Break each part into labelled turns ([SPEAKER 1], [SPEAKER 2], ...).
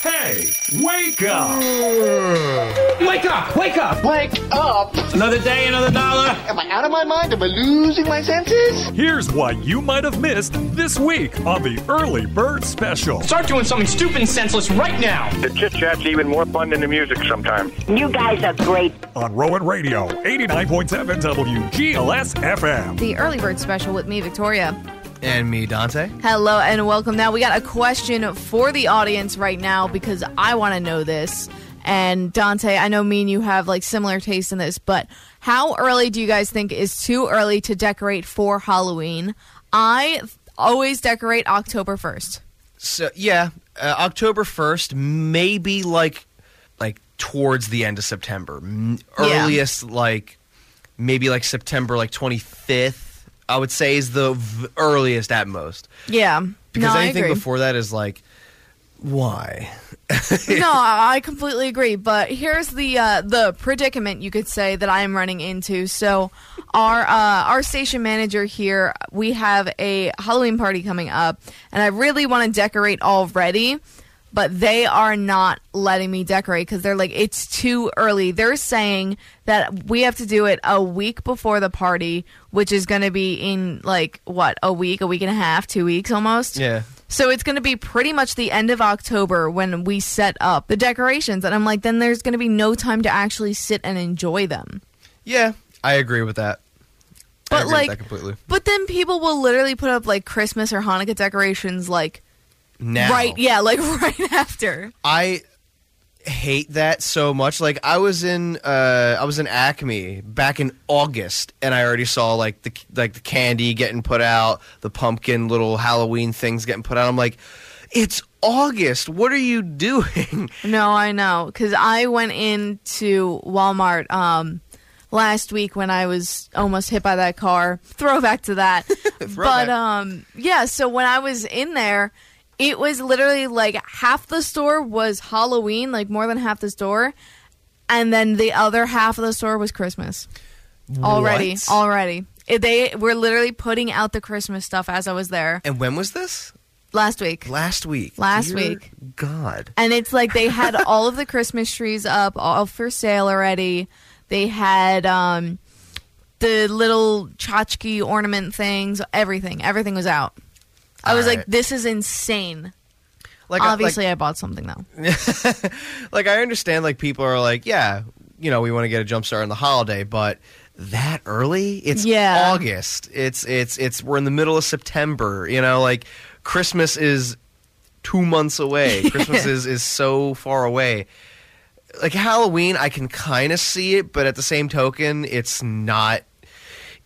[SPEAKER 1] Hey, wake up!
[SPEAKER 2] Wake up! Wake up!
[SPEAKER 3] Wake up!
[SPEAKER 2] Another day, another dollar.
[SPEAKER 3] Am I out of my mind? Am I losing my senses?
[SPEAKER 1] Here's what you might have missed this week on the Early Bird Special.
[SPEAKER 2] Start doing something stupid and senseless right now.
[SPEAKER 4] The chit chat's even more fun than the music sometimes.
[SPEAKER 5] You guys are great.
[SPEAKER 1] On Rowan Radio, 89.7 WGLS FM.
[SPEAKER 6] the early bird special with me, Victoria.
[SPEAKER 7] And me, Dante.
[SPEAKER 6] Hello and welcome. Now, we got a question for the audience right now because I want to know this. And Dante, I know me and you have like similar taste in this, but how early do you guys think is too early to decorate for Halloween? I always decorate October 1st.
[SPEAKER 7] So yeah, uh, October first, maybe like like towards the end of September, M-
[SPEAKER 6] Yeah.
[SPEAKER 7] earliest like maybe like September like twenty fifth. I would say is the v- earliest at most
[SPEAKER 6] Yeah.
[SPEAKER 7] because
[SPEAKER 6] no,
[SPEAKER 7] anything
[SPEAKER 6] I agree.
[SPEAKER 7] before that is like why
[SPEAKER 6] no, I I completely agree. But here's the uh, the predicament you could say that I am running into. So, our uh, our station manager here, we have a Halloween party coming up, and I really want to decorate already, but they are not letting me decorate because they're like it's too early. They're saying that we have to do it a week before the party, which is going to be in like what a week, a week and a half, two weeks almost.
[SPEAKER 7] Yeah.
[SPEAKER 6] So it's going to be pretty much the end of October when we set up the decorations. And I'm like, then there's going to be no time to actually sit and enjoy them.
[SPEAKER 7] yeah I agree with that. I
[SPEAKER 6] But
[SPEAKER 7] agree with
[SPEAKER 6] like,
[SPEAKER 7] that completely
[SPEAKER 6] but then people will literally put up like Christmas or Hanukkah decorations, like
[SPEAKER 7] now
[SPEAKER 6] right, yeah, like right after.
[SPEAKER 7] I hate that so much. Like I was in uh I was in Acme back in August and I already saw like the like the candy getting put out, the pumpkin little Halloween things getting put out. I'm like, "It's August. What are you doing?"
[SPEAKER 6] No, I know, because I went into Walmart um, last week when I was almost hit by that car. Throwback to that.
[SPEAKER 7] Throwback.
[SPEAKER 6] But um, yeah, so when I was in there, it was literally like half the store was Halloween, like more than half the store, and then the other half of the store was Christmas. Already,
[SPEAKER 7] What?
[SPEAKER 6] already, It- they were literally putting out the Christmas stuff as I was there
[SPEAKER 7] and when was this?
[SPEAKER 6] last week.
[SPEAKER 7] Last week.
[SPEAKER 6] Last
[SPEAKER 7] Dear
[SPEAKER 6] week.
[SPEAKER 7] God.
[SPEAKER 6] And it's like they had all of the Christmas trees up, all for sale already. They had um, the little tchotchke ornament things, everything. Everything was out. I was like,
[SPEAKER 7] Alright.
[SPEAKER 6] this is insane.
[SPEAKER 7] Like I-
[SPEAKER 6] Obviously, I bought something though.
[SPEAKER 7] like, like I understand like people are like, "Yeah, you know, we want to get a jump start on the holiday, but that early? It's
[SPEAKER 6] Yeah.
[SPEAKER 7] August. It's it's it's we're in the middle of September, you know, like Christmas is 2 months away. Christmas is is so far away. Like Halloween, I can kind of see it, but at the same token, it's not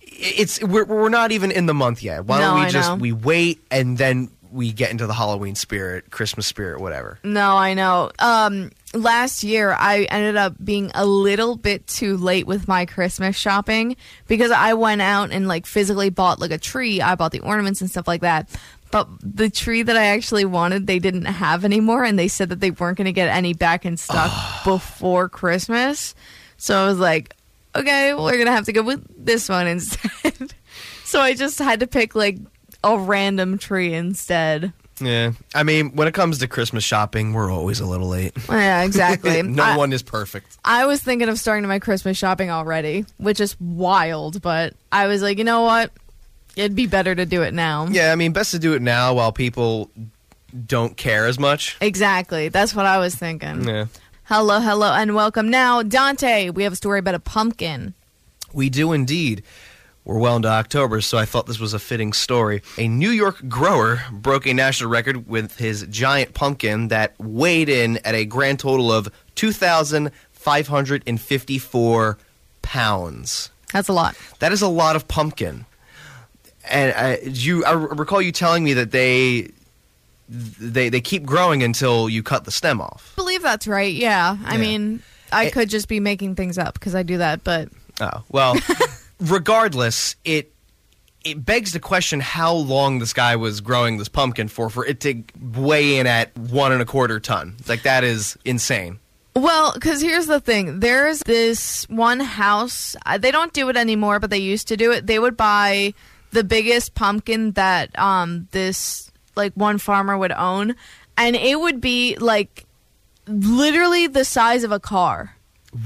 [SPEAKER 7] it's we're, we're not even in the month yet. Why don't
[SPEAKER 6] No,
[SPEAKER 7] we
[SPEAKER 6] I
[SPEAKER 7] just
[SPEAKER 6] know.
[SPEAKER 7] we wait and then we get into the Halloween spirit, Christmas spirit, whatever.
[SPEAKER 6] No, I know. Um, last year, I ended up being a little bit too late with my Christmas shopping because I went out and like physically bought like a tree. I bought the ornaments and stuff like that. But the tree that I actually wanted, they didn't have anymore, and they said that they weren't going to get any back in stock before Christmas. So I was like, okay, we're going to have to go with this one instead. so I just had to pick like a random tree instead.
[SPEAKER 7] Yeah. I mean, when it comes to Christmas shopping, we're always a little late.
[SPEAKER 6] Yeah, exactly.
[SPEAKER 7] no
[SPEAKER 6] I-
[SPEAKER 7] one is perfect.
[SPEAKER 6] I was thinking of starting my Christmas shopping already, which is wild, but I was like, you know what? It'd be better to do it now.
[SPEAKER 7] Yeah, I mean, best to do it now while people don't care as much.
[SPEAKER 6] Exactly. That's what I was thinking.
[SPEAKER 7] Yeah.
[SPEAKER 6] Hello, hello, and welcome. Now, Dante, we have a story about a pumpkin.
[SPEAKER 7] We do indeed. We're well into October, so I thought this was a fitting story. A New York grower broke a national record with his giant pumpkin that weighed in at a grand total of 2,554 pounds.
[SPEAKER 6] That's a lot.
[SPEAKER 7] That is a lot of pumpkin. And I, you, I recall you telling me that they, they, they keep growing until you cut the stem off.
[SPEAKER 6] believe that's right. Yeah. I
[SPEAKER 7] Yeah.
[SPEAKER 6] mean, I
[SPEAKER 7] It-
[SPEAKER 6] could just be making things up because I do that, but
[SPEAKER 7] Oh well. regardless, Uh, it it begs the question how long this guy was growing this pumpkin for for it to weigh in at one and a quarter ton. It's like that is insane.
[SPEAKER 6] Well, because here's the thing there's this one house, uh, they don't do it anymore, but they used to do it. They would buy the biggest pumpkin that um, this, like, one farmer would own, and it would be, like, literally the size of a car.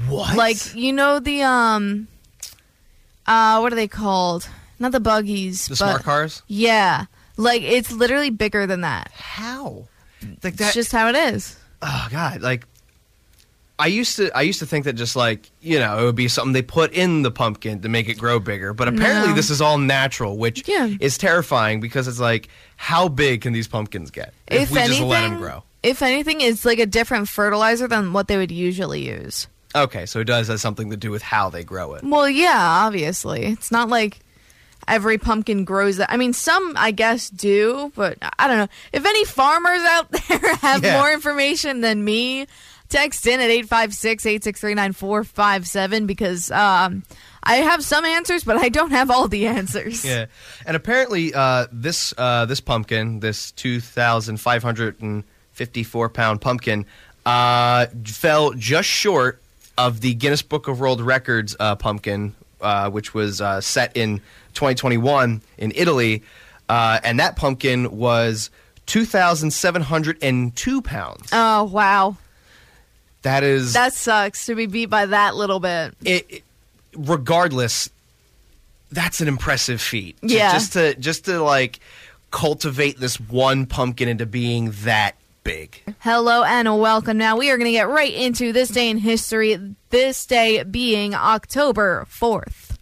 [SPEAKER 7] What?
[SPEAKER 6] Like, you know, the, um, uh, what are they called? Not the buggies,
[SPEAKER 7] the
[SPEAKER 6] but-
[SPEAKER 7] smart cars?
[SPEAKER 6] Yeah. Like, it's literally bigger than that.
[SPEAKER 7] How? Like
[SPEAKER 6] It's
[SPEAKER 7] that
[SPEAKER 6] just how it is.
[SPEAKER 7] oh god like i used to i used to think that just like you know it would be something they put in the pumpkin to make it grow bigger but apparently
[SPEAKER 6] No.
[SPEAKER 7] this is all natural which
[SPEAKER 6] Yeah.
[SPEAKER 7] is terrifying because it's like how big can these pumpkins get if, we just let them grow
[SPEAKER 6] If anything, it's like a different fertilizer than what they would usually use.
[SPEAKER 7] okay so it does have something to do with how they grow it
[SPEAKER 6] Well, yeah, obviously. It's not like every pumpkin grows that. I mean, some, I guess, do, but I don't know. If any farmers out there have
[SPEAKER 7] Yeah.
[SPEAKER 6] more information than me, text in at 856 863 9457 because um, I have some answers, but I don't have all the answers.
[SPEAKER 7] Yeah, and apparently uh, this uh, this pumpkin, this two thousand five hundred and fifty four pound pumpkin, uh, fell just short of the Guinness Book of World Records uh, pumpkin, uh, which was uh, set in twenty twenty one in Italy, uh, and that pumpkin was two thousand seven hundred and two pounds.
[SPEAKER 6] Oh, wow.
[SPEAKER 7] that is
[SPEAKER 6] That sucks to be beat by that little bit.
[SPEAKER 7] it, it- regardless that's an impressive feat Ju-
[SPEAKER 6] Yeah.
[SPEAKER 7] just to just to like cultivate this one pumpkin into being that big
[SPEAKER 6] Hello and welcome. Now we are going to get right into this day in history. This day being October 4th.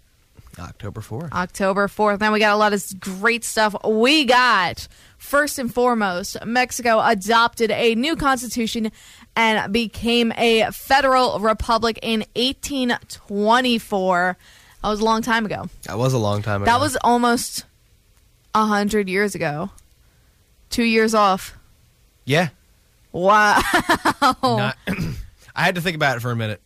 [SPEAKER 7] october 4th
[SPEAKER 6] October 4th. Now we got a lot of great stuff. We got, first and foremost, Mexico adopted a new constitution and became a federal republic in 1824. That was a long time ago.
[SPEAKER 7] that was a long time ago
[SPEAKER 6] That was almost 100 years ago. Two years off.
[SPEAKER 7] yeah
[SPEAKER 6] Wow. Oh.
[SPEAKER 7] not- i had to think about it for a minute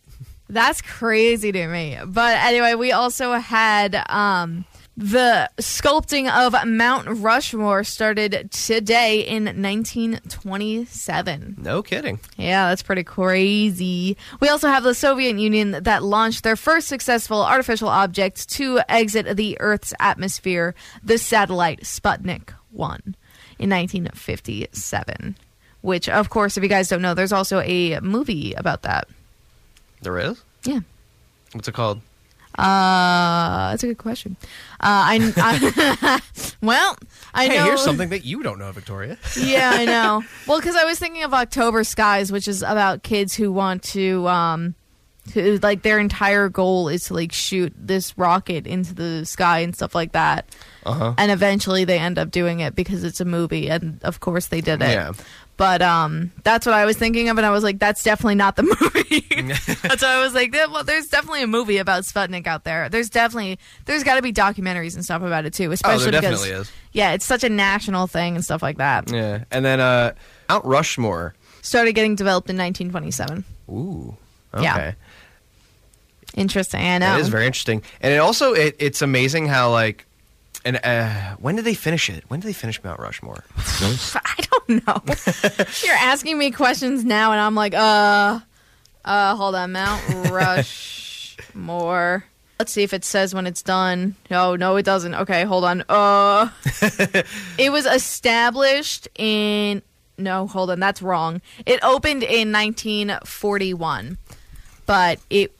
[SPEAKER 6] That's crazy to me. But anyway, we also had um, the sculpting of Mount Rushmore started today in 1927.
[SPEAKER 7] no kidding
[SPEAKER 6] Yeah, that's pretty crazy. We also have the Soviet Union that launched their first successful artificial object to exit the Earth's atmosphere, the satellite Sputnik 1 in 1957. Which, of course, if you guys don't know, there's also a movie about that.
[SPEAKER 7] there is
[SPEAKER 6] Yeah.
[SPEAKER 7] what's it called
[SPEAKER 6] Uh, that's a good question. Uh, I, I- well, I
[SPEAKER 7] hey
[SPEAKER 6] know.
[SPEAKER 7] here's something that you don't know victoria
[SPEAKER 6] yeah, I know. Well, because I was thinking of October Skies, which is about kids who want to, um, who like their entire goal is to like shoot this rocket into the sky and stuff like that. Uh-huh. And eventually they end up doing it because it's a movie, and of course they did it.
[SPEAKER 7] Yeah.
[SPEAKER 6] But um, that's what I was thinking of, and I was like, that's definitely not the movie. that's why I was like, yeah, well, there's definitely a movie about Sputnik out there. There's definitely there's got to be documentaries and stuff about it too, especially because
[SPEAKER 7] Oh, definitely is.
[SPEAKER 6] yeah, it's such a national thing and stuff like that
[SPEAKER 7] yeah and then uh mount rushmore
[SPEAKER 6] started getting developed in 1927.
[SPEAKER 7] ooh okay
[SPEAKER 6] Yeah. Interesting, I know.
[SPEAKER 7] That is very interesting, and it also it, it's amazing how like, and uh, when did they finish it? When did they finish Mount Rushmore?
[SPEAKER 6] I don't know. You're asking me questions now, and I'm like, uh, uh, hold on, Mount Rushmore. Let's see if it says when it's done. No, no, it doesn't. Okay, hold on. Uh, it was established in. No, hold on, that's wrong. It opened in 1941, but it.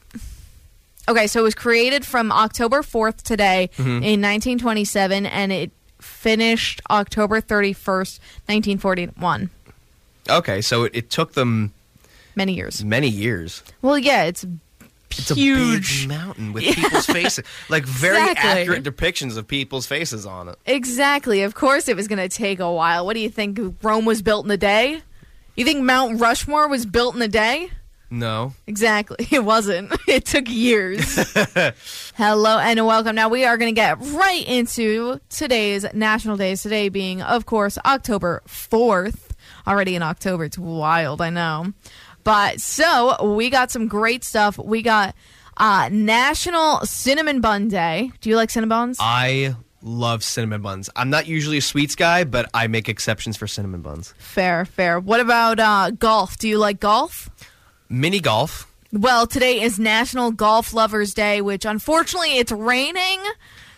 [SPEAKER 6] Okay, so it was created from October 4th today
[SPEAKER 7] Mm-hmm.
[SPEAKER 6] in 1927, and it finished October 31st, 1941.
[SPEAKER 7] Okay, so it, it took them
[SPEAKER 6] Many years.
[SPEAKER 7] many years.
[SPEAKER 6] Well, yeah, it's
[SPEAKER 7] It's
[SPEAKER 6] Huge.
[SPEAKER 7] a big mountain with people's faces, like very
[SPEAKER 6] Exactly.
[SPEAKER 7] accurate depictions of people's faces on it.
[SPEAKER 6] exactly. Of course, it was going to take a while. What do you think? Rome was built in a day? You think Mount Rushmore was built in a day?
[SPEAKER 7] No,
[SPEAKER 6] Exactly. It wasn't. It took years. Hello and welcome. Now we are going to get right into today's national days. Today being, of course, October 4th. Already in October. It's wild, I know. But so we got some great stuff. We got uh, National Cinnamon Bun Day. Do you like cinnamon buns?
[SPEAKER 7] I love cinnamon buns. I'm not usually a sweets guy, but I make exceptions for cinnamon buns.
[SPEAKER 6] Fair, fair. What about uh, golf? Do you like golf?
[SPEAKER 7] Mini golf.
[SPEAKER 6] Well, today is National Golf Lovers Day, which unfortunately it's raining.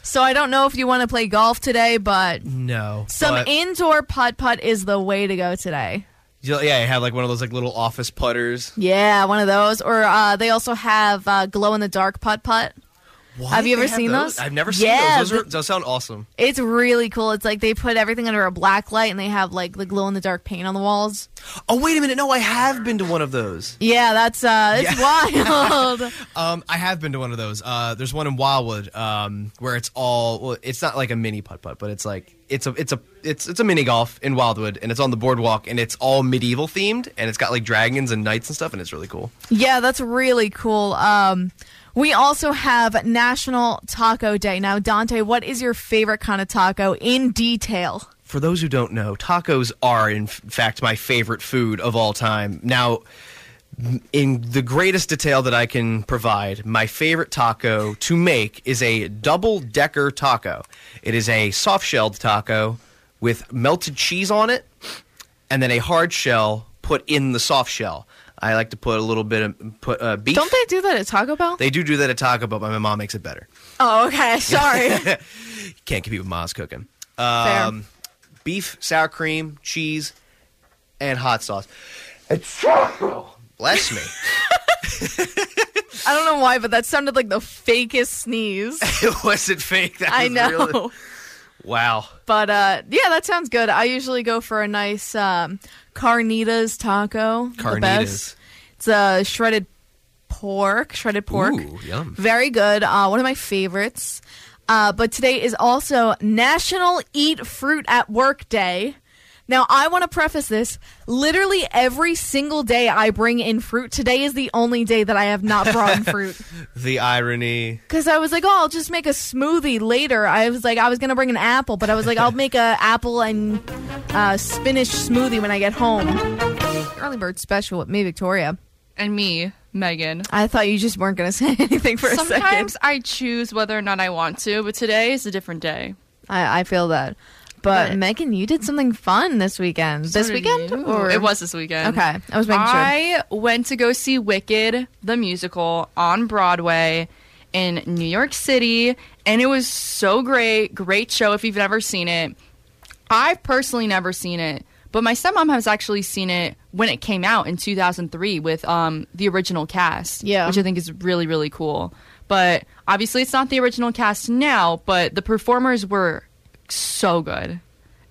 [SPEAKER 6] So I don't know if you want to play golf today, but
[SPEAKER 7] No.
[SPEAKER 6] some
[SPEAKER 7] but-
[SPEAKER 6] indoor putt putt is the way to go today.
[SPEAKER 7] Yeah, I have like one of those like little office putters.
[SPEAKER 6] Yeah, one of those. Or uh, they also have uh, glow in the dark putt putt.
[SPEAKER 7] Why
[SPEAKER 6] Have you
[SPEAKER 7] do
[SPEAKER 6] ever
[SPEAKER 7] they
[SPEAKER 6] seen those?
[SPEAKER 7] I've never seen
[SPEAKER 6] Yeah,
[SPEAKER 7] those. Those, are,
[SPEAKER 6] the-
[SPEAKER 7] those sound awesome.
[SPEAKER 6] It's really cool. It's like they put everything under a black light and they have like the glow in the dark paint on the walls.
[SPEAKER 7] Oh wait a minute, no, I have been to one of those.
[SPEAKER 6] Yeah, that's uh, it's wild.
[SPEAKER 7] Um, I have been to one of those. Uh, there's one in Wildwood, um, where it's all. Well, it's not like a mini putt putt, but it's like it's a it's a it's it's a mini golf in Wildwood, and it's on the boardwalk, and it's all medieval themed, and it's got like dragons and knights and stuff, and it's really cool.
[SPEAKER 6] Yeah, that's really cool. Um, we also have National Taco Day. Now, Dante, what is your favorite kind of taco in detail?
[SPEAKER 7] For those who don't know, tacos are in f- fact my favorite food of all time. Now, m- in the greatest detail that I can provide, my favorite taco to make is a double decker taco. It is a soft shelled taco with melted cheese on it and then a hard shell put in the soft shell. I like to put a little bit of put uh, beef.
[SPEAKER 6] Don't they do that at Taco Bell?
[SPEAKER 7] They do do that at Taco Bell, but my mom makes it better.
[SPEAKER 6] oh, okay. Sorry.
[SPEAKER 7] Can't compete with mom's cooking.
[SPEAKER 6] Fair.
[SPEAKER 7] um, beef, sour cream, cheese, and hot sauce. Bless me.
[SPEAKER 6] I don't know why, but that sounded like the fakest sneeze.
[SPEAKER 7] it wasn't fake. That
[SPEAKER 6] I
[SPEAKER 7] was
[SPEAKER 6] know.
[SPEAKER 7] really- wow.
[SPEAKER 6] But uh, yeah, that sounds good. I usually go for a nice um, carnitas taco. The
[SPEAKER 7] Carnitas.
[SPEAKER 6] best. It's uh, shredded pork, shredded pork.
[SPEAKER 7] Ooh, yum.
[SPEAKER 6] Very good. Uh, one of my favorites. Uh, but today is also National Eat Fruit at Work Day. Now, I want to preface this. Literally every single day I bring in fruit. Today is the only day that I have not brought in fruit.
[SPEAKER 7] The irony.
[SPEAKER 6] Because I was like, oh, I'll just make a smoothie later. I was like, I was gonna bring an apple, but I was like, I'll make a apple and uh, spinach smoothie when I get home. Early bird special with me, Victoria.
[SPEAKER 5] and me, Megan.
[SPEAKER 6] I thought you just weren't gonna say anything for a second.
[SPEAKER 5] Sometimes I choose whether or not I want to, but today is a different day.
[SPEAKER 6] I, I feel that, but,
[SPEAKER 5] But-
[SPEAKER 6] Megan, you did something fun this weekend. this
[SPEAKER 5] So did
[SPEAKER 6] weekend,
[SPEAKER 5] you.
[SPEAKER 6] or
[SPEAKER 5] it was this weekend.
[SPEAKER 6] okay? I was making sure.
[SPEAKER 5] I went to go see Wicked the musical on Broadway in New York City, and it was so great. Great show if you've never seen it. I've personally never seen it, but my stepmom has actually seen it when it came out in 2003 with um, the original cast,
[SPEAKER 6] Yeah.
[SPEAKER 5] which I think is really really cool. But obviously, it's not the original cast now, but the performers were so good.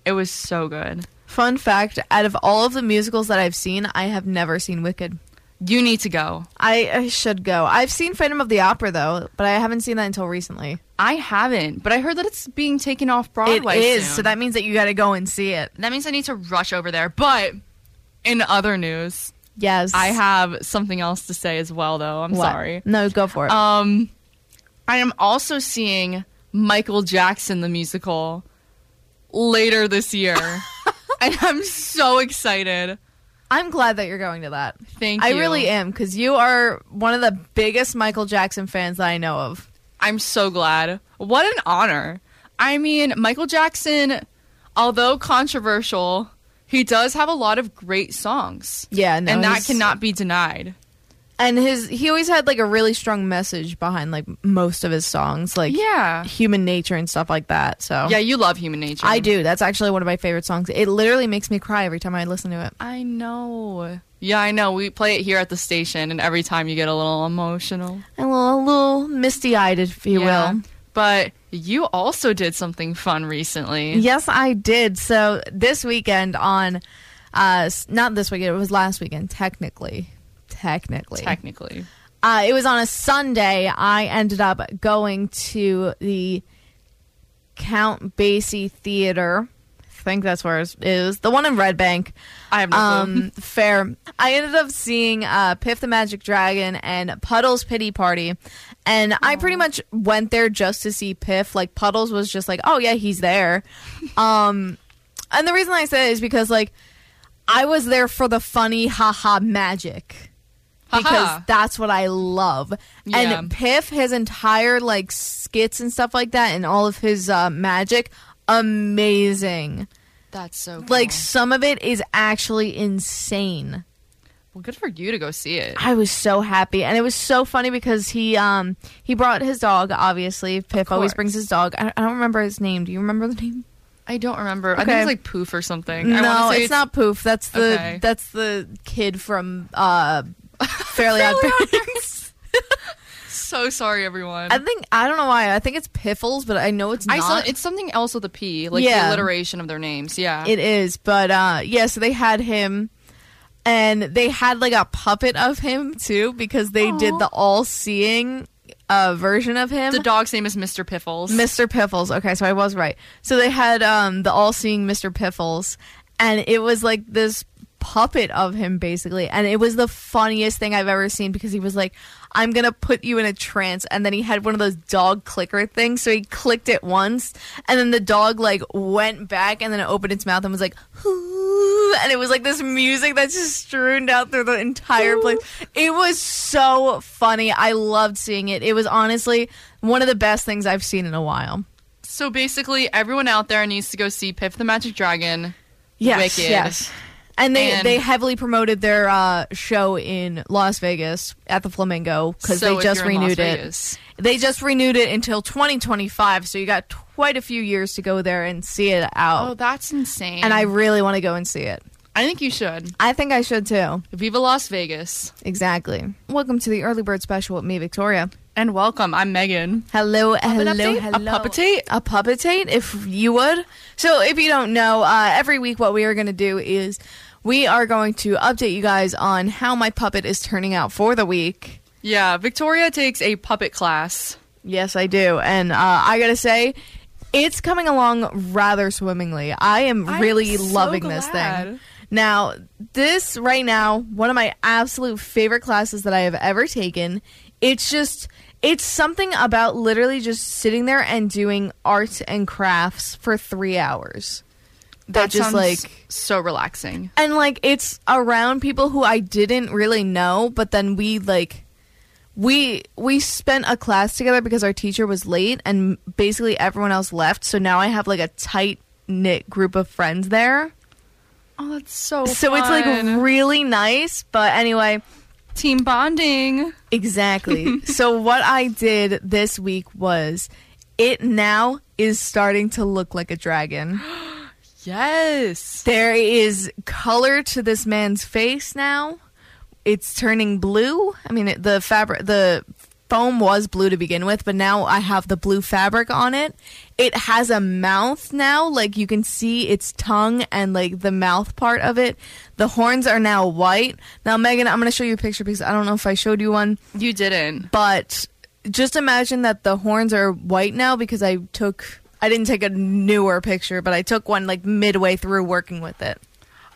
[SPEAKER 5] It was so good.
[SPEAKER 6] Fun fact: out of all of the musicals that I've seen, I have never seen Wicked.
[SPEAKER 5] You need to go.
[SPEAKER 6] I, I should go. I've seen Phantom of the Opera though, but I haven't seen that until recently.
[SPEAKER 5] I haven't, but I heard that it's being taken off
[SPEAKER 6] It
[SPEAKER 5] Broadway.
[SPEAKER 6] is,
[SPEAKER 5] soon.
[SPEAKER 6] so that means that you got to go and see it.
[SPEAKER 5] that means I need to rush over there. But in other news,
[SPEAKER 6] Yes,
[SPEAKER 5] I have something else to say as well. Though I'm
[SPEAKER 6] What?
[SPEAKER 5] sorry.
[SPEAKER 6] No, go for it.
[SPEAKER 5] Um, I am also seeing Michael Jackson the musical later this year, and I'm so excited.
[SPEAKER 6] I'm glad that you're going to that.
[SPEAKER 5] Thank
[SPEAKER 6] I
[SPEAKER 5] you.
[SPEAKER 6] really am because you are one of the biggest Michael Jackson fans that I know of.
[SPEAKER 5] I'm so glad. What an honor. I mean, Michael Jackson, although controversial, he does have a lot of great songs.
[SPEAKER 6] Yeah, no,
[SPEAKER 5] and that
[SPEAKER 6] he's-
[SPEAKER 5] cannot be denied.
[SPEAKER 6] And his he always had like a really strong message behind like most of his songs, like
[SPEAKER 5] Yeah.
[SPEAKER 6] human nature and stuff like that. So
[SPEAKER 5] Yeah, you love human nature.
[SPEAKER 6] I do. That's actually one of my favorite songs. It literally makes me cry every time I listen to it.
[SPEAKER 5] I know. Yeah, I know. We play it here at the station, and every time you get a little emotional.
[SPEAKER 6] A little, a little misty eyed, if you
[SPEAKER 5] Yeah.
[SPEAKER 6] will.
[SPEAKER 5] But you also did something fun recently.
[SPEAKER 6] Yes, I did. So this weekend on, uh, s- not this weekend. It was last weekend, technically. Technically,
[SPEAKER 5] Technically.
[SPEAKER 6] uh, it was on a Sunday. I ended up going to the Count Basie Theater. I think that's where it is. The one in Red Bank.
[SPEAKER 5] I have no clue.
[SPEAKER 6] Um, fair. I ended up seeing uh, Piff the Magic Dragon and Puddles Pity Party, and I pretty much went there just to see Piff. Like Puddles was just like, oh yeah, he's there. um, and the reason I say it is because like I was there for the funny haha magic. because
[SPEAKER 5] Haha.
[SPEAKER 6] that's what I love.
[SPEAKER 5] Yeah.
[SPEAKER 6] And Piff, his entire like skits and stuff like that, and all of his uh, magic, amazing.
[SPEAKER 5] That's so cool.
[SPEAKER 6] Like some of it is actually insane.
[SPEAKER 5] well, good for you to go see it.
[SPEAKER 6] I was so happy, and it was so funny because he um he brought his dog. Obviously, Piff always
[SPEAKER 5] course.
[SPEAKER 6] brings his dog. I, I don't remember his name. Do you remember the name?
[SPEAKER 5] I don't remember. I
[SPEAKER 6] Okay.
[SPEAKER 5] think it's like poof or something. I
[SPEAKER 6] No,
[SPEAKER 5] wanna say
[SPEAKER 6] it's, not Poof. That's the
[SPEAKER 5] Okay.
[SPEAKER 6] that's the kid from uh Fairly Odd Parents.
[SPEAKER 5] So sorry, everyone.
[SPEAKER 6] I think I don't know why. I think it's Piffles, but I know it's not.
[SPEAKER 5] I saw it's something else with a P, like
[SPEAKER 6] Yeah.
[SPEAKER 5] the alliteration of their names. Yeah.
[SPEAKER 6] It is, but uh yeah, so they had him and they had like a puppet of him too because they did the all-seeing uh version of him.
[SPEAKER 5] the dog's name is Mr. Piffles.
[SPEAKER 6] Mr. Piffles. Okay, so I was right. So they had um, the all-seeing Mr. Piffles, and it was like this puppet of him basically, and it was the funniest thing I've ever seen because he was like, "I'm gonna put you in a trance," and then he had one of those dog clicker things, so he clicked it once, and then the dog like went back and then it opened its mouth and was like. "Hoo," And it was like this music that's just strewn out through the entire place. It was so funny. I loved seeing it. It was honestly one of the best things I've seen in a while.
[SPEAKER 5] So basically, everyone out there needs to go see Piff the Magic Dragon.
[SPEAKER 6] Yes,
[SPEAKER 5] Wicked.
[SPEAKER 6] yes. And they,
[SPEAKER 5] And-
[SPEAKER 6] they heavily promoted their uh, show in Las Vegas at the Flamingo because
[SPEAKER 5] So
[SPEAKER 6] they
[SPEAKER 5] if
[SPEAKER 6] just
[SPEAKER 5] you're in Las
[SPEAKER 6] renewed it.
[SPEAKER 5] Vegas-
[SPEAKER 6] They just renewed it until 2025, so you got quite a few years to go there and see it out.
[SPEAKER 5] Oh, that's insane.
[SPEAKER 6] and I really want to go and see it.
[SPEAKER 5] I think you should.
[SPEAKER 6] I think I should too.
[SPEAKER 5] Viva Las Vegas.
[SPEAKER 6] Exactly. Welcome to the early bird special with me, Victoria.
[SPEAKER 5] And welcome. I'm Megan.
[SPEAKER 6] Hello, hello,
[SPEAKER 5] update? A
[SPEAKER 6] hello.
[SPEAKER 5] puppetate?
[SPEAKER 6] A puppetate, if you would. So, if you don't know, uh, every week what we are going to do is we are going to update you guys on how my puppet is turning out for the week.
[SPEAKER 5] Yeah, Victoria takes a puppet class.
[SPEAKER 6] Yes, I do. And uh, I got to say, it's coming along rather swimmingly. I am
[SPEAKER 5] I'm
[SPEAKER 6] really
[SPEAKER 5] so
[SPEAKER 6] loving this
[SPEAKER 5] glad.
[SPEAKER 6] thing. Now, this right now, one of my absolute favorite classes that I have ever taken. It's just, it's something about literally just sitting there and doing arts and crafts for three hours. That, just
[SPEAKER 5] sounds
[SPEAKER 6] like
[SPEAKER 5] so relaxing.
[SPEAKER 6] and like it's around people who I didn't really know, but then we like we we spent a class together because our teacher was late and basically everyone else left, so now I have like a tight knit group of friends there.
[SPEAKER 5] Oh, that's so.
[SPEAKER 6] So it's like really nice, but anyway,
[SPEAKER 5] team bonding.
[SPEAKER 6] Exactly. so what I did this week was it now is starting to look like a dragon.
[SPEAKER 5] Yes.
[SPEAKER 6] There is color to this man's face now. It's turning blue. I mean, it- the fabric, the foam was blue to begin with, but now I have the blue fabric on it. It has a mouth now. Like you can see its tongue and like the mouth part of it. The horns are now white. Now, Megan, I'm going to show you a picture because I don't know if I showed you one
[SPEAKER 5] You didn't.
[SPEAKER 6] but just imagine that the horns are white now because I took I didn't take a newer picture, but I took one like midway through working with it.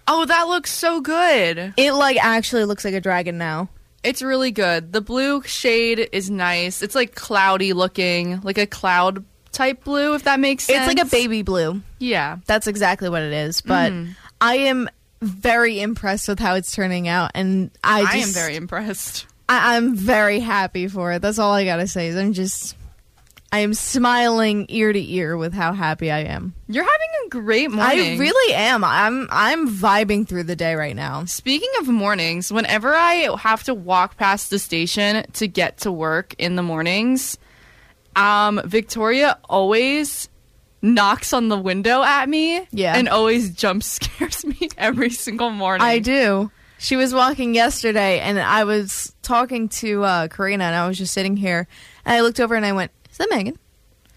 [SPEAKER 5] Oh, that looks so good.
[SPEAKER 6] It like actually looks like a dragon now.
[SPEAKER 5] It's really good. The blue shade is nice. It's like cloudy looking, like a cloud type blue, if that makes sense.
[SPEAKER 6] It's like a baby blue.
[SPEAKER 5] Yeah.
[SPEAKER 6] That's exactly what it is. But
[SPEAKER 5] Mm.
[SPEAKER 6] I am very impressed with how it's turning out, and I just,
[SPEAKER 5] I am very impressed.
[SPEAKER 6] I, I'm very happy for it. That's all I gotta say is I'm just I am smiling ear to ear with how happy I am.
[SPEAKER 5] You're having a great morning.
[SPEAKER 6] I really am. I'm I'm vibing through the day right now.
[SPEAKER 5] Speaking of mornings, whenever I have to walk past the station to get to work in the mornings, um, Victoria always knocks on the window at me
[SPEAKER 6] Yeah.
[SPEAKER 5] and always jump scares me every single morning.
[SPEAKER 6] I do. She was walking yesterday, and I was talking to uh, Karina, and I was just sitting here, and I looked over and I went, "Is that Megan?"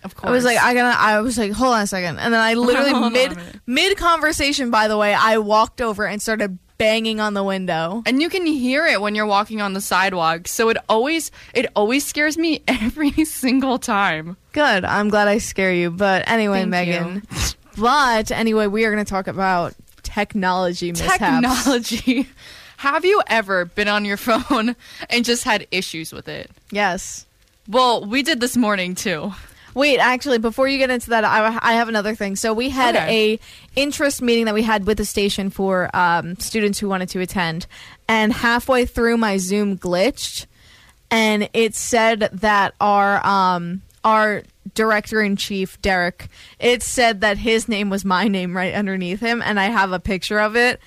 [SPEAKER 5] Of course.
[SPEAKER 6] I was like, "I gotta." I was like, "Hold on a second. and then I literally
[SPEAKER 5] Hold on a
[SPEAKER 6] mid
[SPEAKER 5] minute.
[SPEAKER 6] mid conversation, by the way, I walked over and started banging on the window.
[SPEAKER 5] and you can hear it when you're walking on the sidewalk. So it always it always scares me every single time.
[SPEAKER 6] Good. I'm glad I scare you, but anyway,
[SPEAKER 5] Thank
[SPEAKER 6] Megan. But anyway, we are gonna talk about technology mishaps.
[SPEAKER 5] Technology. Have you ever been on your phone and just had issues with it?
[SPEAKER 6] Yes.
[SPEAKER 5] Well, we did this morning too.
[SPEAKER 6] Wait, actually, before you get into that, I, I have another thing. So we had
[SPEAKER 5] Okay.
[SPEAKER 6] a interest meeting that we had with the station for um, students who wanted to attend, and halfway through my Zoom glitched, and it said that our um, our director in chief Derek, it said that his name was my name right underneath him, and I have a picture of it.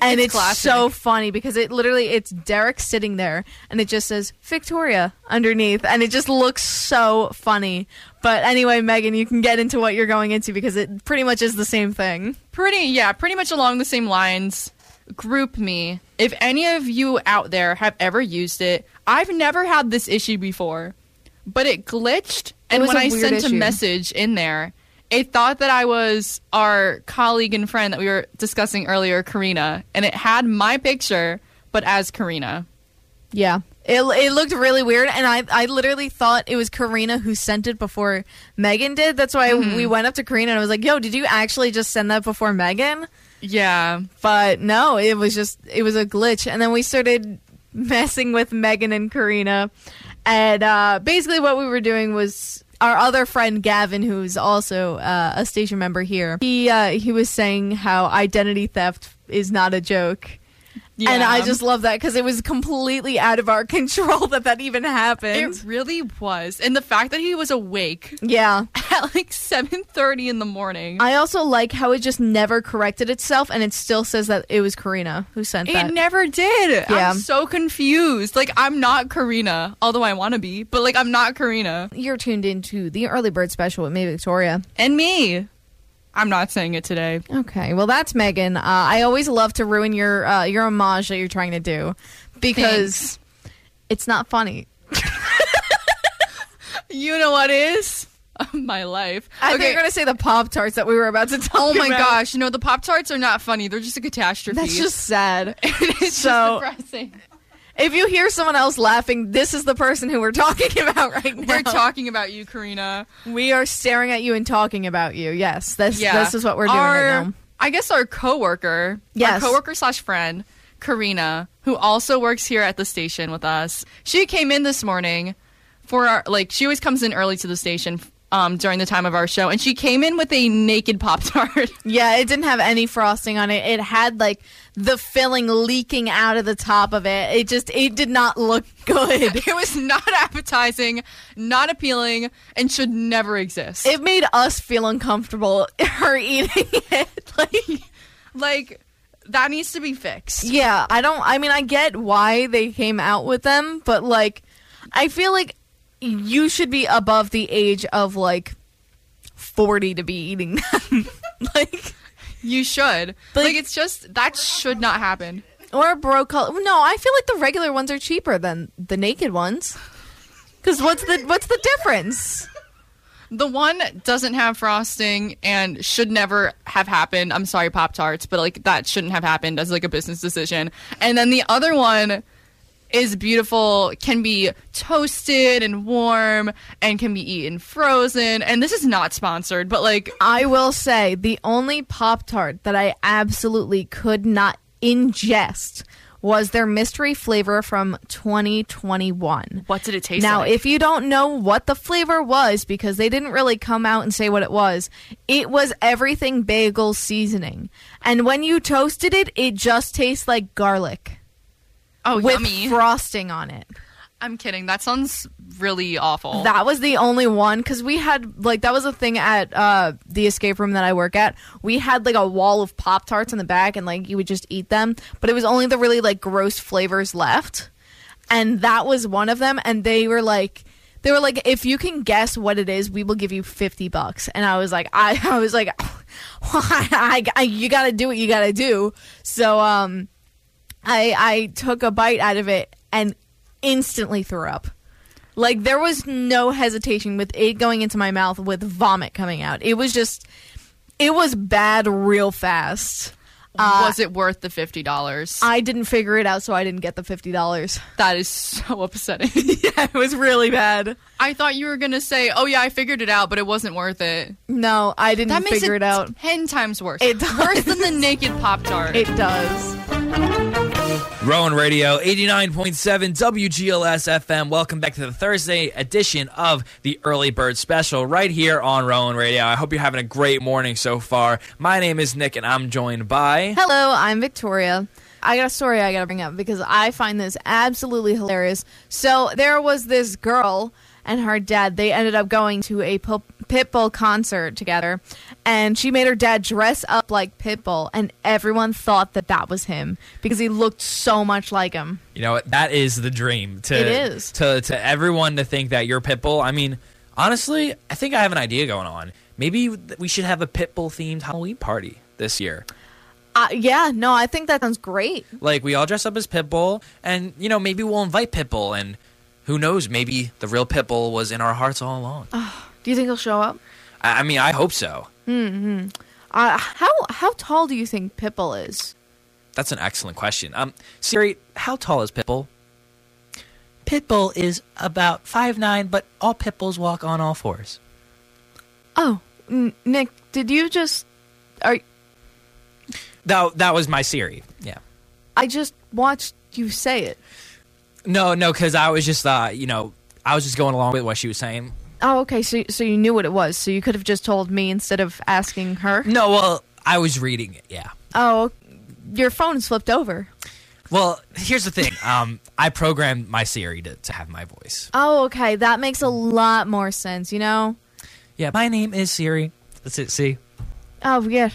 [SPEAKER 6] And
[SPEAKER 5] It's
[SPEAKER 6] it's,
[SPEAKER 5] classic.
[SPEAKER 6] so funny because it literally it's Derek sitting there and it just says Victoria underneath and it just looks so funny. But anyway, Megan, you can get into what you're going into because it pretty much is the same thing.
[SPEAKER 5] pretty yeah pretty much along the same lines group me if any of you out there have ever used it i've never had this issue before but it glitched and
[SPEAKER 6] was
[SPEAKER 5] when
[SPEAKER 6] a
[SPEAKER 5] i
[SPEAKER 6] weird
[SPEAKER 5] sent
[SPEAKER 6] issue.
[SPEAKER 5] a message in there it thought that i was our colleague and friend that we were discussing earlier karina and it had my picture but as karina
[SPEAKER 6] Yeah. It, it looked really weird, and I, I literally thought it was Karina who sent it before Megan did. That's why
[SPEAKER 5] Mm-hmm.
[SPEAKER 6] we went up to Karina and I was like, yo, did you actually just send that before Megan?
[SPEAKER 5] yeah
[SPEAKER 6] But no, it was just it was a glitch, and then we started messing with Megan and Karina, and uh, basically what we were doing was our other friend Gavin, who's also uh, a station member here. He uh, he was saying how identity theft is not a joke. And
[SPEAKER 5] Yeah.
[SPEAKER 6] I just love that because it was completely out of our control that that even happened.
[SPEAKER 5] it really was and the fact that he was awake
[SPEAKER 6] yeah.
[SPEAKER 5] at like 7.30 in the morning
[SPEAKER 6] I also like how it just never corrected itself and it still says that it was Karina who sent
[SPEAKER 5] It
[SPEAKER 6] that.
[SPEAKER 5] never did.
[SPEAKER 6] Yeah.
[SPEAKER 5] I'm so confused. Like I'm not Karina, although I want to be, but like I'm not Karina.
[SPEAKER 6] You're tuned into the early bird special with me, Victoria.
[SPEAKER 5] And me. I'm not saying it today.
[SPEAKER 6] Okay, well that's Megan. Uh, I always love to ruin your uh, your homage that you're trying to do because it's not funny.
[SPEAKER 5] You know what is? My life.
[SPEAKER 6] I
[SPEAKER 5] okay.
[SPEAKER 6] think you're gonna say the pop tarts that we were about to talk.
[SPEAKER 5] oh my
[SPEAKER 6] about.
[SPEAKER 5] gosh. No, the Pop Tarts are not funny. They're just a catastrophe.
[SPEAKER 6] that's just sad.
[SPEAKER 5] it's
[SPEAKER 6] so-
[SPEAKER 5] just depressing.
[SPEAKER 6] if you hear someone else laughing, this is the person who we're talking about right now.
[SPEAKER 5] We're talking about you, Karina.
[SPEAKER 6] We are staring at you and talking about you. Yes, this
[SPEAKER 5] Yeah.
[SPEAKER 6] this is what we're doing
[SPEAKER 5] Our-
[SPEAKER 6] right now.
[SPEAKER 5] I guess our coworker,
[SPEAKER 6] Yes.
[SPEAKER 5] our coworker slash friend, Karina, who also works here at the station with us. She came in this morning for our like she always comes in early to the station um, during the time of our show, and she came in with a naked pop tart.
[SPEAKER 6] Yeah, it didn't have any frosting on it. It had like the filling leaking out of the top of it. It just it did not look good.
[SPEAKER 5] it was not appetizing, not appealing, and should never exist.
[SPEAKER 6] it made us feel uncomfortable her eating it like
[SPEAKER 5] like that needs to be fixed.
[SPEAKER 6] yeah i don't i mean i get why they came out with them but like i feel like you should be above the age of like 40 to be eating them like
[SPEAKER 5] You should.
[SPEAKER 6] But-
[SPEAKER 5] like it's just that should not happen.
[SPEAKER 6] or a bro color no i feel like the regular ones are cheaper than the naked ones because what's the what's the difference
[SPEAKER 5] The one doesn't have frosting and should never have happened. I'm sorry, Pop Tarts, but like that shouldn't have happened as like a business decision. And then the other one is beautiful, can be toasted and warm, and can be eaten frozen. And this is not sponsored, but like
[SPEAKER 6] I will say the only Pop Tart that I absolutely could not ingest was their mystery flavor from 2021.
[SPEAKER 5] what did it taste
[SPEAKER 6] Now,
[SPEAKER 5] like?
[SPEAKER 6] if you don't know what the flavor was, because they didn't really come out and say what it was, it was everything bagel seasoning. And when you toasted it, it just tastes like garlic
[SPEAKER 5] oh
[SPEAKER 6] with
[SPEAKER 5] yummy,
[SPEAKER 6] frosting on it.
[SPEAKER 5] I'm kidding. That sounds really awful.
[SPEAKER 6] That was the only one because we had like that was a thing at uh, the escape room that I work at. We had like a wall of pop tarts in the back, and like you would just eat them. But it was only the really like gross flavors left, and that was one of them. And they were like, they were like, if you can guess what it is, we will give you fifty bucks. And I was like, I, I was like, I, I, you got to do what you got to do. So um, I I took a bite out of it and instantly threw up. Like there was no hesitation with it going into my mouth with vomit coming out. It was just it was bad real fast.
[SPEAKER 5] was it worth the fifty dollars?
[SPEAKER 6] uh, I didn't figure it out so I didn't get the $50.
[SPEAKER 5] That is so upsetting.
[SPEAKER 6] yeah, it was really bad.
[SPEAKER 5] I thought you were gonna say, "Oh yeah, I figured it out," but it wasn't worth it.
[SPEAKER 6] No, I didn't
[SPEAKER 5] That makes
[SPEAKER 6] figure
[SPEAKER 5] it,
[SPEAKER 6] it, out.
[SPEAKER 5] ten times worse.
[SPEAKER 6] It does.
[SPEAKER 5] worse than the naked pop tart.
[SPEAKER 6] It does.
[SPEAKER 8] Rowan Radio 89.7 WGLS FM. Welcome back to the Thursday edition of the Early Bird Special right here on Rowan Radio. I hope you're having a great morning so far. My name is Nick and I'm joined by
[SPEAKER 6] Hello, I'm Victoria. I got a story I got to bring up because I find this absolutely hilarious. So there was this girl and her dad. They ended up going to a Pul- Pitbull concert together, and she made her dad dress up like Pitbull, and everyone thought that that was him because he looked so much like him.
[SPEAKER 8] You know what? That is the dream. To,
[SPEAKER 6] It is.
[SPEAKER 8] To, to everyone to think that you're Pitbull. I mean, honestly, I think I have an idea going on. Maybe we should have a Pitbull themed Halloween party this year.
[SPEAKER 6] Uh, yeah, no, I think that sounds great.
[SPEAKER 8] Like, we all dress up as Pitbull, and, you know, maybe we'll invite Pitbull, and who knows, maybe the real Pitbull was in our hearts all along. I,
[SPEAKER 6] Do you think he'll show up?
[SPEAKER 8] I mean, I hope so.
[SPEAKER 6] Uh, how how tall do you think Pitbull is?
[SPEAKER 8] That's an excellent question. Um, Siri, how tall is Pitbull? Pitbull is about five nine, but all Pitbulls walk on all fours.
[SPEAKER 6] Oh, N- Nick, did you just are
[SPEAKER 8] That, that was my Siri. Yeah.
[SPEAKER 6] I just watched you say it?
[SPEAKER 8] No, no, because I was just, uh, you know, I was just going along with what she was saying.
[SPEAKER 6] Oh, okay. So, so you knew what it was. So you could have just told me instead of asking her.
[SPEAKER 8] No, well, I was reading it. Yeah.
[SPEAKER 6] Oh, your phone's flipped over.
[SPEAKER 8] Well, here's the thing. Um, I programmed my Siri to, to have my voice.
[SPEAKER 6] Oh, okay. That makes a lot more sense. You know.
[SPEAKER 8] Yeah, my name is Siri. That's it. See.
[SPEAKER 6] Oh, yeah.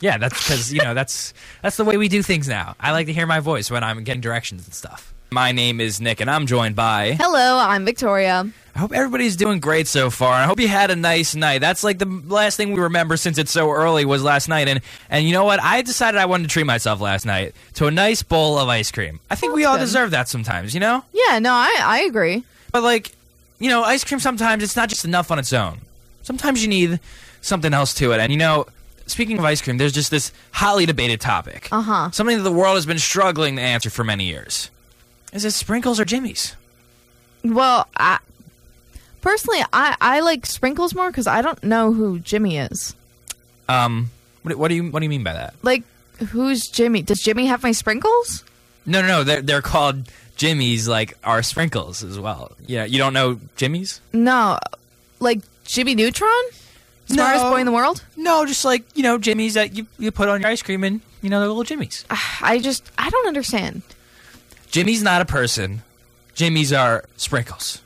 [SPEAKER 8] Yeah, that's because you know that's that's the way we do things now. I like to hear my voice when I'm getting directions and stuff. My name is Nick, and I'm joined by.
[SPEAKER 6] Hello, I'm Victoria.
[SPEAKER 8] I hope everybody's doing great so far. I hope you had a nice night. That's like the last thing we remember since it's so early was last night. And and you know what? I decided I wanted to treat myself last night to a nice bowl of ice cream. I think we
[SPEAKER 6] That's
[SPEAKER 8] all
[SPEAKER 6] good.
[SPEAKER 8] deserve that sometimes, you know.
[SPEAKER 6] Yeah. No, I I agree.
[SPEAKER 8] But like, you know, ice cream sometimes it's not just enough on its own. Sometimes you need something else to it. And you know, speaking of ice cream, there's just this hotly debated topic.
[SPEAKER 6] Uh-huh.
[SPEAKER 8] Something that the world has been struggling to answer for many years. Is it sprinkles or jimmies?
[SPEAKER 6] Well, I personally I I like sprinkles more because I don't know who Jimmy is.
[SPEAKER 8] Um, what, what do you what do you mean by that?
[SPEAKER 6] Like, who's Jimmy? Does Jimmy have my sprinkles?
[SPEAKER 8] No, no, no. They're they're called jimmies, like our sprinkles as well. Yeah, you don't know jimmies?
[SPEAKER 6] No. Like Jimmy Neutron, smartest
[SPEAKER 8] No.
[SPEAKER 6] boy in the world.
[SPEAKER 8] No, just like you know jimmies that you you put on your ice cream and you know they're little jimmies.
[SPEAKER 6] I just I don't understand.
[SPEAKER 8] Jimmy's not a person. Jimmies are sprinkles.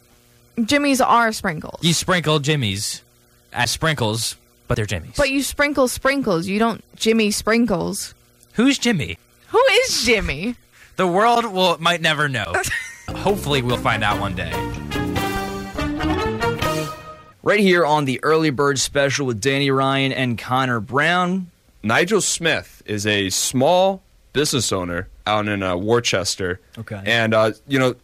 [SPEAKER 6] Jimmy's are sprinkles.
[SPEAKER 8] You sprinkle jimmies as sprinkles, but they're jimmies.
[SPEAKER 6] But you sprinkle sprinkles. You don't Jimmy sprinkles.
[SPEAKER 8] who's Jimmy?
[SPEAKER 6] Who is Jimmy?
[SPEAKER 8] The world will might never know. Hopefully, we'll find out one day.
[SPEAKER 7] Right here on the Early Bird Special with Danny Ryan and Connor Brown.
[SPEAKER 9] Nigel Smith is a small business owner out in uh, Worcester.
[SPEAKER 7] Okay.
[SPEAKER 9] And, uh, you know,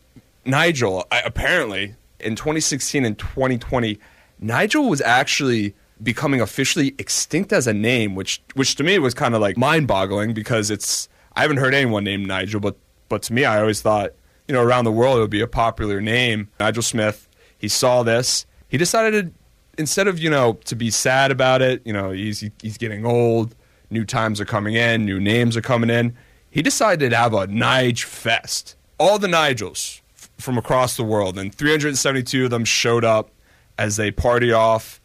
[SPEAKER 9] Nigel, I, apparently, in 2016 and 2020, Nigel was actually becoming officially extinct as a name, which, which to me was kind of like mind boggling because it's, I haven't heard anyone named Nigel, but, but to me, I always thought, you know, around the world it would be a popular name. Nigel Smith, he saw this. He decided to, instead of, you know, to be sad about it, you know, he's, he's getting old, new times are coming in, new names are coming in. He decided to have a Nige Fest. All the Nigels f- from across the world, and 372 of them showed up as they party off.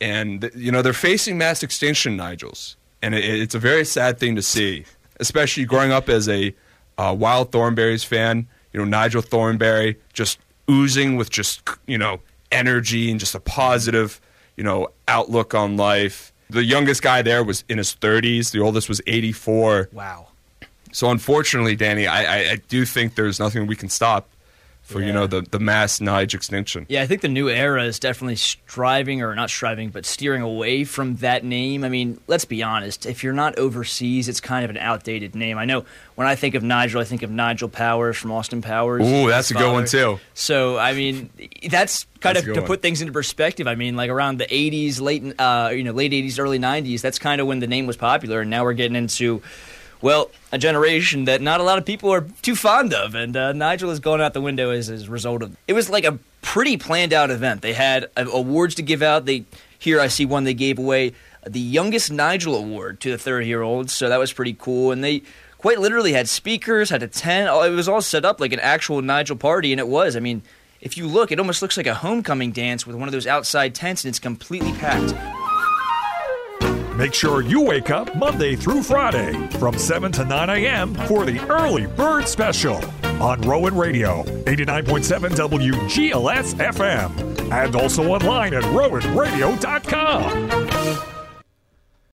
[SPEAKER 9] And, th- you know, they're facing mass extinction, Nigels. And it, it's a very sad thing to see, especially growing up as a uh, Wild Thornberries fan. You know, Nigel Thornberry just oozing with just, you know, energy and just a positive, you know, outlook on life. The youngest guy there was in his 30s, the oldest was 84.
[SPEAKER 7] Wow.
[SPEAKER 9] So unfortunately, Danny, I, I, I do think there's nothing we can stop for you
[SPEAKER 7] Yeah.
[SPEAKER 9] know the, the mass Nige extinction.
[SPEAKER 7] Yeah, I think the new era is definitely striving, or not striving, but steering away from that name. I mean, let's be honest. If you're not overseas, it's kind of an outdated name. I know when I think of Nigel, I think of Nigel Powers from Austin Powers.
[SPEAKER 9] Ooh,
[SPEAKER 7] his
[SPEAKER 9] that's a good one,
[SPEAKER 7] father.
[SPEAKER 9] too.
[SPEAKER 7] So, I mean, that's kind
[SPEAKER 9] That's a good
[SPEAKER 7] of to
[SPEAKER 9] one.
[SPEAKER 7] put things into perspective. I mean, like around the '80s, late uh, you know, late '80s, early '90s. That's kind of when the name was popular, and now we're getting into. Well, a generation that not a lot of people are too fond of, and uh, Nigel has gone out the window as, as a result of. It was like a pretty planned out event. They had uh, awards to give out. They here I see one they gave away the youngest Nigel award to the 30 year old, so that was pretty cool. And they quite literally had speakers, had a tent. all- It was all set up like an actual Nigel party, and it was. I mean, if you look, it almost looks like a homecoming dance with one of those outside tents, and it's completely packed.
[SPEAKER 9] Make sure you wake up Monday through Friday from 7 to 9 a.m. for the Early Bird Special on Rowan Radio, 89.7 WGLS FM, and also online at rowanradio.com.